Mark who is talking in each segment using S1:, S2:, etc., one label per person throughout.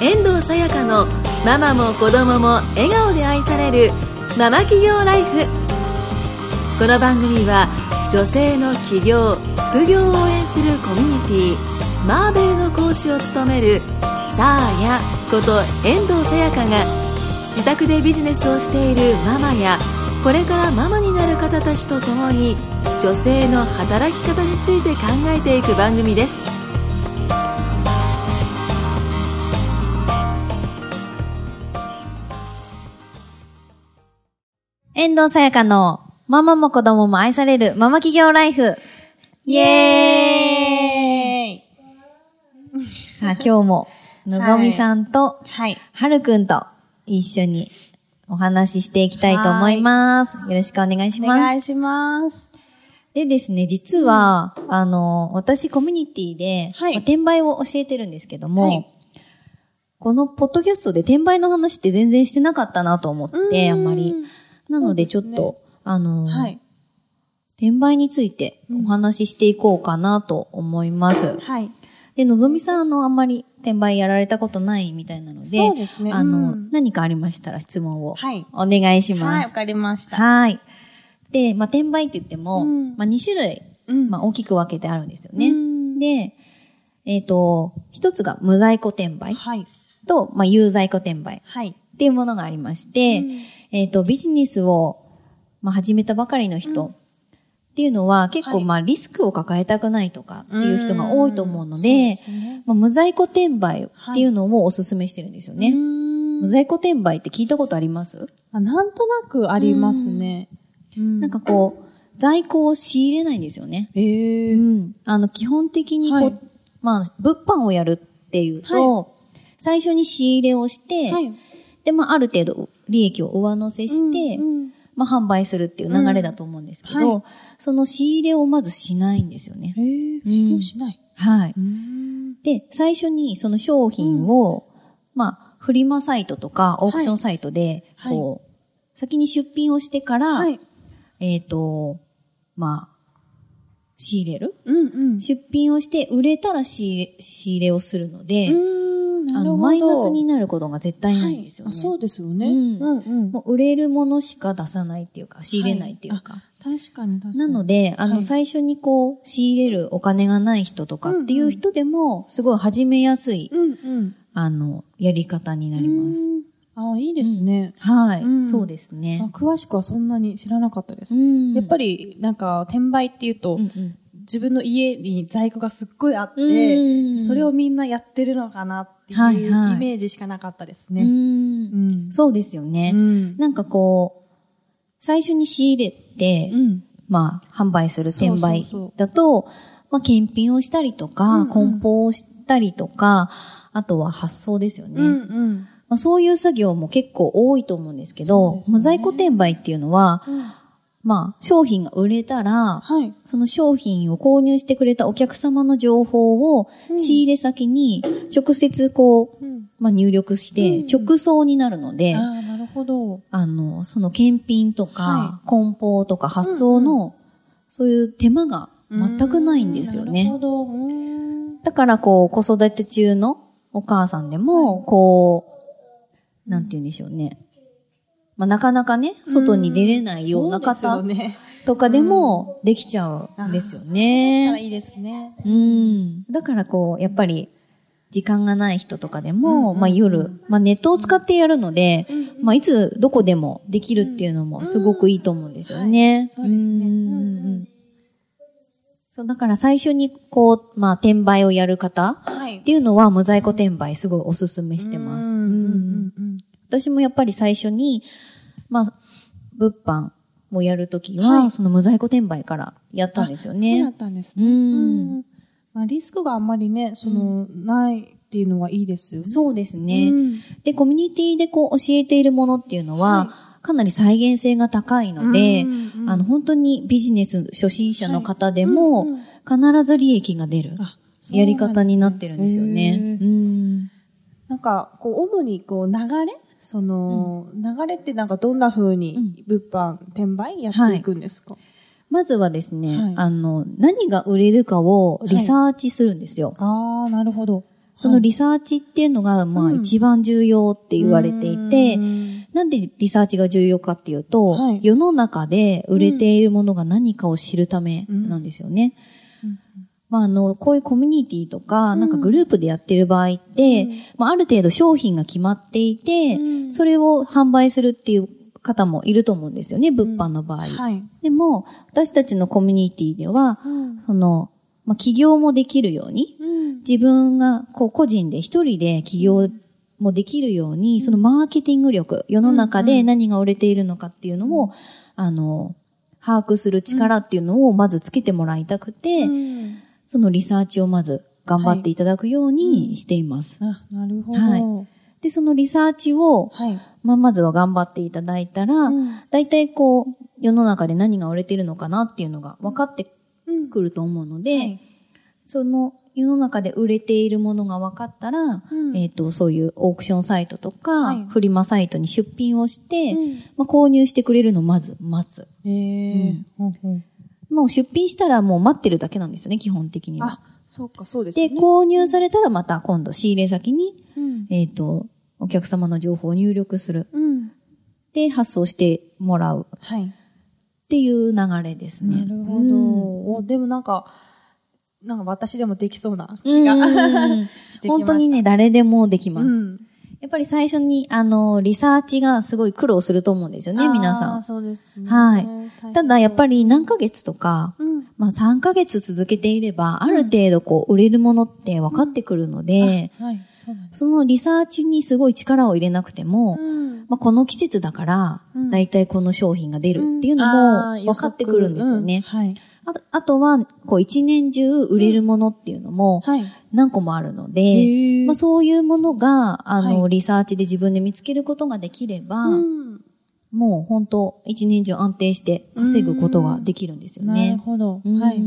S1: 遠藤さやかのママも子供も笑顔で愛されるママ企業ライフこの番組は女性の起業副業を応援するコミュニティマーベルの講師を務めるさあやこと遠藤さやかが自宅でビジネスをしているママやこれからママになる方たちと共に女性の働き方について考えていく番組です
S2: 遠藤さやかのママも子供も愛されるママ企業ライフ。イエーイさあ今日ものぞみさんと
S3: はい。
S2: はるくんと一緒にお話ししていきたいと思います。よろしくお願いし
S3: お
S2: ます。
S3: 願いします。
S2: でですね、実は、あの、私コミュニティで、
S3: はい
S2: まあ転売を教えてるんですけども、
S3: はい
S2: このポッドキャストで転売の話って全然してなかったなと思って、あんまり。なのでちょっと、あの、
S3: はい。
S2: 転売についてお話ししていこうかなと思います。
S3: はい。
S2: で、のぞみさん、あの、あんまり転売やられたことないみたいなので、
S3: そうですね
S2: あの、
S3: うん
S2: 何かありましたら質問を、
S3: はい
S2: お願いし
S3: はい、
S2: ま
S3: わ
S2: す。
S3: かりました。
S2: はい。で、まあ、転売って言っても、
S3: うん
S2: まあ、2種類、
S3: うん
S2: まあ、大きく分けてあるんですよね。
S3: うん
S2: で、えっ、と、一つが無在庫転売
S3: はい。
S2: と、まあ、有在庫転売。
S3: は
S2: っ
S3: い。
S2: ていうものがありまして、
S3: うん
S2: えっ、と、ビジネスを、まあ、始めたばかりの人っていうのは、結構、
S3: はい
S2: まあ、リスクを抱えたくないとかっていう人が多いと思うので、
S3: んそうですね
S2: まあ、無在庫転売っていうのをお勧めしてるんですよね。
S3: うーん
S2: 無在庫転売って聞いたことあります、
S3: あなんとなくありますね。な
S2: なんか、こう、在庫を仕入れないんですよね。
S3: え
S2: う
S3: ー。
S2: ん。あの、基本的にこう、
S3: はい
S2: まあ、物販をやるっていうと、最初に仕入れをして、
S3: はい。
S2: で、まあ、ある程度利益を上乗せして、
S3: うんうん
S2: まあ、販売するっていう流れだと思うんですけど、
S3: うんはい
S2: その仕入れをまずしないんですよね
S3: え。ー、使用しない。
S2: はい。
S3: うん。
S2: で、最初にその商品を、まあ、フリマサイトとかオークションサイトで、
S3: はい
S2: こう、先に出品をしてから、
S3: はい。
S2: えっ、と、まあ、仕入れる
S3: うんうん。
S2: 出品をして売れたら仕入れ仕入れをするので、
S3: うんな
S2: あ
S3: る
S2: の、
S3: ほど
S2: マイナスになることが絶対ないんですよ
S3: はい
S2: ね。
S3: あそうですよね。
S2: うん
S3: うん。
S2: もう売れるものしか出さないっていうか、仕入れないっていうか。
S3: はあ確かに確かに。
S2: なので、あの、
S3: はい
S2: 最初にこう、仕入れるお金がない人とかっていう人でも、すごい始めやすい、
S3: うんうん。
S2: あの、やり方になります。
S3: うん。あ、いいですね。
S2: はい、
S3: うん
S2: そうです
S3: あ
S2: ね。
S3: 詳しくはそんなに知らなかったです。やっぱ
S2: り、
S3: り、なんか、転売っていうと、
S2: うんうん
S3: 自分の家に在庫がすっごいあって、
S2: うん
S3: それをみんなやってるのかなっていう
S2: はいはい
S3: イメージしかなかったです
S2: う
S3: ね。
S2: ん
S3: うん
S2: そうですよね、
S3: うん
S2: なんかこう、最初に仕入れて、
S3: うん
S2: まあ、販売する
S3: そうそ
S2: 転
S3: うそう
S2: 売だと、まあ、検品をしたりとか、梱包をしたりとか、あとは発送ですよね。
S3: うんうん
S2: まあ、そういう作業も結構多いと思うんですけ
S3: そ
S2: ど、
S3: うですね
S2: 無在庫転売っていうのは、まあ、商品が売れたら、
S3: はい。
S2: その商品を購入してくれたお客様の情報を仕入れ先に直接こう、
S3: うん
S2: まあ、入力して直送になるので、
S3: ああ、なるほど。
S2: あの、その検品とか、
S3: は
S2: 梱包とか発送の、そういう手間が全くないんですよね。
S3: なるほど。うん
S2: だからこう、子育て中のお母さんでも、こう、なんて言うんでしょうね。まあ、なかなかね、外に出れないような
S3: そ
S2: 方
S3: うですよね。
S2: とかでもできちゃうんですよね。
S3: だからいいですね。
S2: うん。だからこう、やっぱり、時間がない人とかでも、まあ夜、まあネットを使ってやるので、まあいつどこでもできるっていうのもすごくいいと思うんですよね。
S3: うんはいそうですね
S2: うんうんうんそう、だから最初にこう、まあ転売をやる方
S3: はい。
S2: っていうのは無在庫転売すごいおすすめしてます。
S3: うんうんうん
S2: 私もやっぱり最初に、まあ、物販をやるときは、
S3: はい
S2: その無在庫転売からやったんですよね。
S3: あそうだったんです
S2: う
S3: ね。
S2: ん
S3: うんまあ、リスクがあんまりね、その、ないっていうのはいいですよね。
S2: そうですね。
S3: うん
S2: で、コミュニティでこう教えているものっていうのは、かなり再現性が高いので、
S3: うんうん
S2: あの、本当にビジネス初心者の方でも、必ず利益が出る
S3: あそうなんですね
S2: やり方になってるんですよね。
S3: へ
S2: うん
S3: なんか、こう、主にこう、流れその、流れってなんかどんな風に物販、転売やっていくんですか、
S2: まずはですね、
S3: はい
S2: あの、何が売れるかをリサーチするんですよ。
S3: ああ、なるほど。
S2: そのリサーチっていうのが、まあ一番重要って言われていて、なんでリサーチが重要かっていうと、
S3: はい
S2: 世の中で売れているものが何かを知るためなんですよね。まあ、あの、こういうコミュニティとか、なんかグループでやってる場合って、まあ、ある程度商品が決まっていて、
S3: うん
S2: それを販売するっていう方もいると思うんですよね、物販の場合。
S3: はい。
S2: でも、私たちのコミュニティでは、
S3: うん
S2: その、まあ、起業もできるように、
S3: うん。
S2: 自分がこう個人で一人で起業もできるように、そのマーケティング力、世の中で何が売れているのかっていうのを、あの、把握する力っていうのをまずつけてもらいたくて、
S3: うん
S2: そのリサーチをまず頑張っていただくようにしています。
S3: あ、なるほ
S2: はい
S3: ど。
S2: で、そのリサーチを、
S3: はい。
S2: まあ、まずは頑張っていただいたら、
S3: うん
S2: 大体こう、世の中で何が売れてるのかなっていうのが分かって
S3: うん
S2: くると思うので、
S3: はい
S2: その世の中で売れているものが分かったら、
S3: うん
S2: えっ、と、そういうオークションサイトとか、
S3: はい
S2: フリマサイトに出品をして、
S3: うん
S2: まあ、購入してくれるのをまず待つ。
S3: ええ。ほうほう
S2: もう出品したらもう待ってるだけなんですよね、基本的には
S3: あ。、そうか、そうです
S2: で、
S3: ね。
S2: 購入されたらまた今度仕入れ先に、
S3: うん。
S2: えっ、と、お客様の情報を入力する。
S3: うん。
S2: で、発送してもらうっ
S3: はい。
S2: ていう流れですね。
S3: なるほど。お、でもなんか、なんか私でもできそうな
S2: うん。
S3: 気が
S2: うん
S3: してきました。
S2: 本当にね、誰でもできます。
S3: うん。
S2: やっぱり最初に、あの、リサーチがすごい苦労すると思うんですよね、
S3: あー
S2: 皆さん。
S3: そうですね。
S2: はい。ただ、やっぱ
S3: り、
S2: り何ヶ月とか、
S3: うん。
S2: まあ3ヶ月続けていれば、ある程度こう、売れるものって分かってくるので、
S3: はい、そうなんです。
S2: そのリサーチにすごい力を入れなくても、
S3: うん
S2: まあこの季節だから
S3: う、ん
S2: だいたいこの商品が出るっていう
S3: あ
S2: の
S3: ー
S2: も分かってくるんですよ
S3: 予
S2: ね。
S3: 測うん
S2: あとあとは、こう一年中売れるものっていうのも、
S3: はい。はい。
S2: 何個もあるので、
S3: へー
S2: まあ、そういうものが、あの、
S3: はい
S2: リサーチで自分で見つけることができれば、
S3: うん
S2: もう本当、一年中安定して稼ぐことができるんですよ
S3: なる
S2: ね。
S3: ほど。
S2: うん
S3: はい。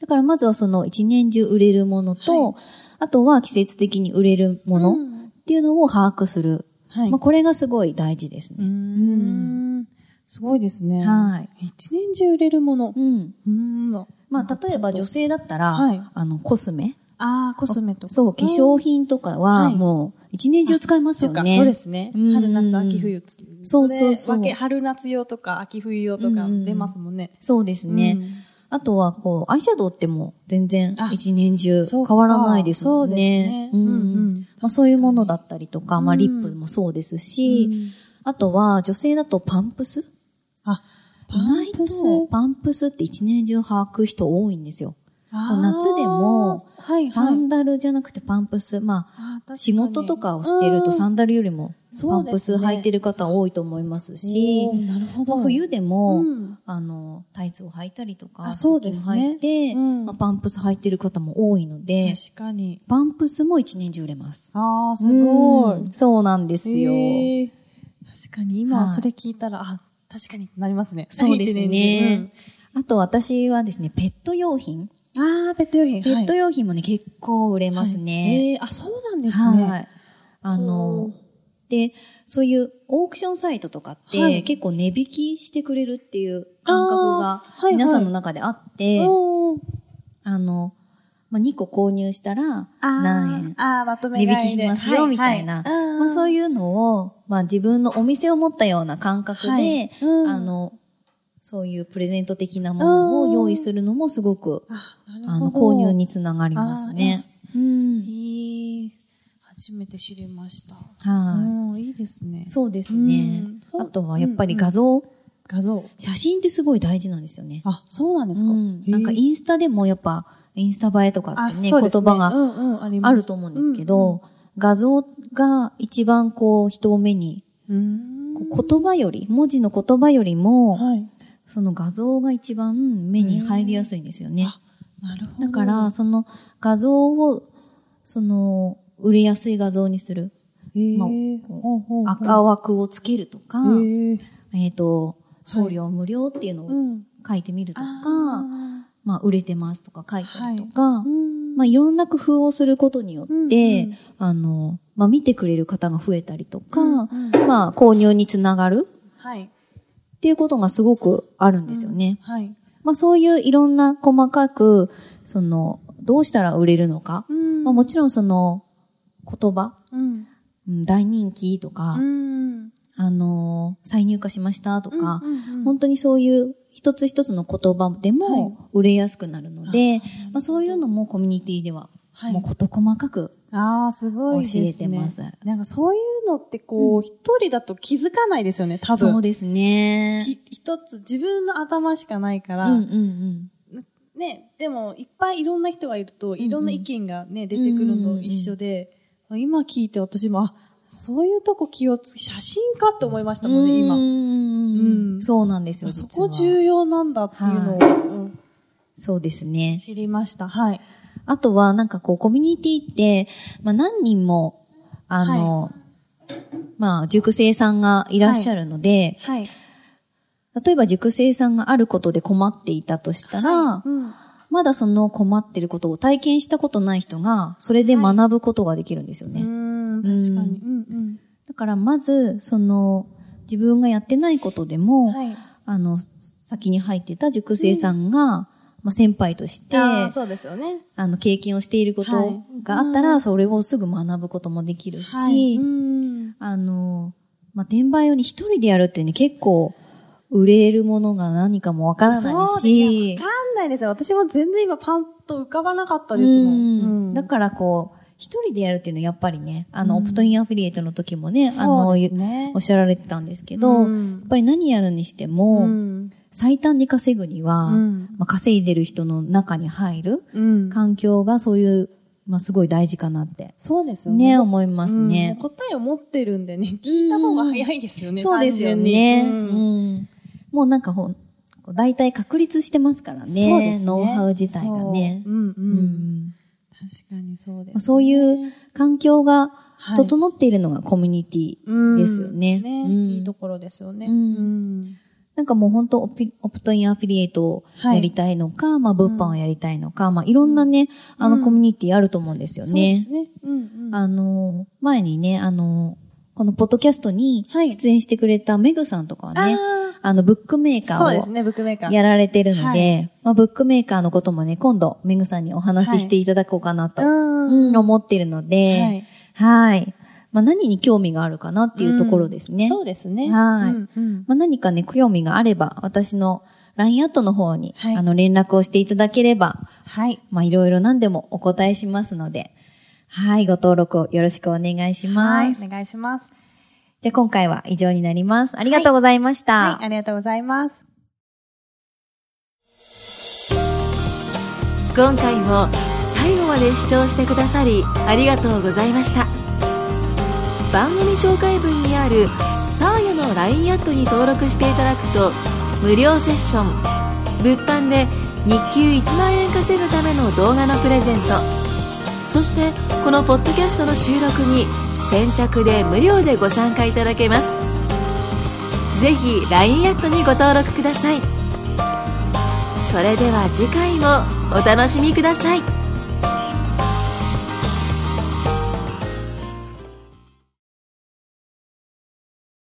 S2: だからまずはその一年中売れるものと、あとは季節的に売れるもの
S3: うん
S2: っていうのを把握する。
S3: はい
S2: まあ、。これがすごい大事です
S3: う
S2: ね。
S3: ーん。すごいですね。。
S2: はい
S3: 一年中売れるもの
S2: う。ん。
S3: うん。あ
S2: まあ、例えば女性だったら、
S3: はい
S2: あの、コスメ。
S3: あー、コスメとか。
S2: そう、化粧品とか
S3: うん
S2: は
S3: はい
S2: もう一年中使います
S3: そ
S2: よ
S3: う
S2: ね。
S3: か、そうですね。
S2: うん
S3: 春夏秋冬つ
S2: そうそうそう
S3: れ分け春夏用とか秋冬用とか出ますもんね。
S2: そうですね。
S3: うん
S2: あとは、こう、アイシャドウってもう全然
S3: あ
S2: 一年中変
S3: そうか
S2: わらないですもんね。
S3: そうですね
S2: ん
S3: うんうん
S2: まあそういうものだったりとか、まあ
S3: うん
S2: リップもそうですし、あとは女性だとパンプス
S3: あ、
S2: 意外とパンプスって一年中履く人多いんですよ。
S3: あー
S2: 夏でも
S3: はいはい
S2: サンダルじゃなくてパンプス。ま
S3: あー確か
S2: あ、
S3: に
S2: 仕事とかをしてるとサンダルよりもパ
S3: そう
S2: ン
S3: ですね
S2: プス履いてる方多いと思いますし、
S3: おーなるほ
S2: ま
S3: ど。
S2: あ、冬でも、
S3: うん
S2: あの、タイツを履いたりとか、
S3: あそうですね
S2: スキン履いて、
S3: うん
S2: まあ、パンプス履いてる方も多いので、
S3: 確かに。
S2: パンプスも一年中売れます。
S3: ああ、すごい。
S2: うんそうなんですよ。
S3: へー確かに、
S2: は
S3: 今
S2: い
S3: それ聞いたら、あ、確かになりますね。
S2: そうです
S3: 一年
S2: ね。あと私はですね、ペット用品。
S3: 中うんああ、ペット用品。
S2: ペット
S3: 用
S2: 用品もね、結構売れますね。。
S3: えーあ、そうなんですね。
S2: はい。あ
S3: おー
S2: の、で、そういうオークションサイトとかって、
S3: はい
S2: 結構値引きしてくれるっていう感覚が
S3: あーはいはい
S2: 皆さんの中であって、
S3: おー
S2: あの、まあ、2個購入したら何円
S3: あーあー、まとめ
S2: 値引
S3: 買
S2: き
S3: い
S2: し
S3: で
S2: ますよ、みたいな。まあ、そう
S3: う。
S2: いうのを、まあ、自分のお店を持ったような感覚で、
S3: はいうん
S2: あの、そういうプレゼント的なものを用意するのもすごく、
S3: あー、なる
S2: あ
S3: ほ
S2: の、
S3: ど。
S2: 購入につながりますね。うん。
S3: いい。初めて知りました。
S2: は
S3: うんいいですね
S2: い。。そうですね
S3: うん。そう
S2: あとは、やっぱり画像、
S3: 画像。
S2: 写真ってすごい大事なんですよね。
S3: あ、そうなんですか。
S2: うん。なんか、
S3: へー
S2: インスタでもやっぱ、インスタ映えとか
S3: あ
S2: ってね、
S3: そう
S2: 言
S3: です
S2: 葉が
S3: うんうんあります
S2: あると思うんですけど、画像が一番こう人を目に、
S3: うん
S2: こう言葉より、文字の言葉よりも、
S3: はい。
S2: その画像が一番目に入りやすいんですよね。
S3: あ、なるほど。
S2: だから、その画像を、その、売れやすい画像にする。
S3: へー、
S2: まあ
S3: ほうほう
S2: 赤枠をつけるとか、
S3: へー
S2: えっ、と、送料無料っていうの
S3: う
S2: を
S3: ん。
S2: 書いてみるとか、
S3: あ
S2: まあ、売れてますとか書いたりとか、
S3: ーうん
S2: まあ、いろんな工夫をすることによって、
S3: うんうん
S2: あの、まあ、見てくれる方が増えたりとか、
S3: うんうん
S2: まあ、購入につながる
S3: はい。
S2: っていうことがすごくあるんですよね。
S3: はい。
S2: まあ、そういういろんな細かく、その、どうしたら売れるのか、
S3: うん
S2: まあ、もちろんその、言葉、
S3: うん。
S2: うん、大人気とか、
S3: うん。
S2: あのー再入荷しましたとか、
S3: うんうんうん
S2: 本当にそういう一つ一つの言葉で
S3: は
S2: も売れやすくなるので、まあ、そういうのもコミュニティでは、
S3: はい
S2: もう事細かく、
S3: ああ、すごいですね。
S2: 教えてます
S3: なんかそういうのってこう、一、人だと気づかないですよね、多分。
S2: そうですね。
S3: ひ一つ自分の頭しかないか
S2: うん
S3: ら、
S2: うんうん。
S3: ね、でもいっぱいいろんな人がいると、いろんな意見がね、出てくるのと一緒で、今聞いて私も、あ、そういうとこ気をつ、写真かって思いましたもんね、
S2: う
S3: 今。
S2: ん
S3: うん
S2: そうなんですよ、
S3: そ
S2: 実は
S3: こ重要なんだっていうのを、
S2: は
S3: うん
S2: そうですね。
S3: 知りました。はい。
S2: あとは、なんかこう、コミュニティって、まあ何人も、あの、まあ、塾生さんがいらっしゃるので、
S3: はい。
S2: 例えば塾生さんがあることで困っていたとしたら、
S3: はいうん
S2: まだその困ってることを体験したことない人が、それで学ぶことができるんですよね。
S3: うん、確かに。うん
S2: だから、まず、その、自分がやってないことで
S3: う
S2: も、
S3: ん。はい。
S2: あの、先に入ってた塾生さんが、まあ、先輩として、
S3: あーそうですよね。
S2: あの、経験をしていることがあったら、それをすぐ学ぶこともできるし、
S3: はい。うん
S2: あの、まあ、転売をね、一人でやるってね、結構、売れるものが何かもわからない
S3: そう
S2: し
S3: で、わかんないですよ。私も全然今パンと浮かばなかった
S2: う
S3: ですもん。うん
S2: んだからこう、一人でやるっていうのはやっぱりね、あの、オプトインアフィリエイトの時もね、あ
S3: そ
S2: の、
S3: うですね
S2: おっしゃられてたんですけど、
S3: うん
S2: やっぱり何やるにしても、
S3: うん
S2: 最短で稼ぐには、
S3: うん
S2: まあ、稼いでる人の中に入る
S3: うん
S2: 環境がそういう、まあ、すごい大事かなって、
S3: そうですよね。
S2: ね、思います
S3: うん
S2: ね。
S3: 答えを持ってるんでね、聞いた方が早いですよね。
S2: そうですよ
S3: 単純
S2: ね。
S3: に
S2: う
S3: うん
S2: ん。もうなんかほん、こう大体確立してますからね。
S3: そうですね
S2: ノウハウ自体がね
S3: そ。ううんう。
S2: うんん
S3: 確かにそうです
S2: まあ。そういう環境が
S3: はい
S2: 整っているのがコミュニティ。
S3: うん
S2: ですよねうん
S3: いいところですよね。
S2: う
S3: うんん
S2: なんかもう本当オピオプトインアフィリエイトをやりたいのか、まあ物販をやりたいのか、まあいろんなね、あのコミュニティあると思うんですよ
S3: そうで
S2: ね
S3: す。ね。うんうん
S2: あの、前にね、あの、このポッドキャストに
S3: はい
S2: 出演してくれたメグさんとかはね、
S3: あ
S2: あの、ブックメー
S3: ー
S2: カ
S3: そう
S2: ー
S3: で
S2: を
S3: すね、ブックメーカー。
S2: やられてるので、
S3: は
S2: まあ、ブックメーカーのこともね、今度、めぐさんにお話ししていただこうかなと、
S3: うん
S2: うん思ってるので、はい。まあ、何に興味があるかなっていうところですね。
S3: そうですね。
S2: はい
S3: うんうん
S2: まあ、何かね、興味があれば、私の LINE アットの方に、
S3: はい
S2: あの、連絡をしていただければ、
S3: はい。
S2: まあ、いろいろ何でもお答えしますので、はい、ご登録をよろしくお願いし
S3: はい。
S2: ます。
S3: お願いします。
S2: じゃあ、今回は以上になります。ありがとうございました。
S3: はい。ありがとうございます。
S1: 今回も最後まで視聴してくださりありがとうございました番組紹介文にある「サーヤの LINE アット」に登録していただくと無料セッション物販で日給1万円稼ぐための動画のプレゼントそしてこのポッドキャストの収録に先着で無料でご参加いただけますぜひ LINE アットにご登録くださいそれでは次回もお楽しみください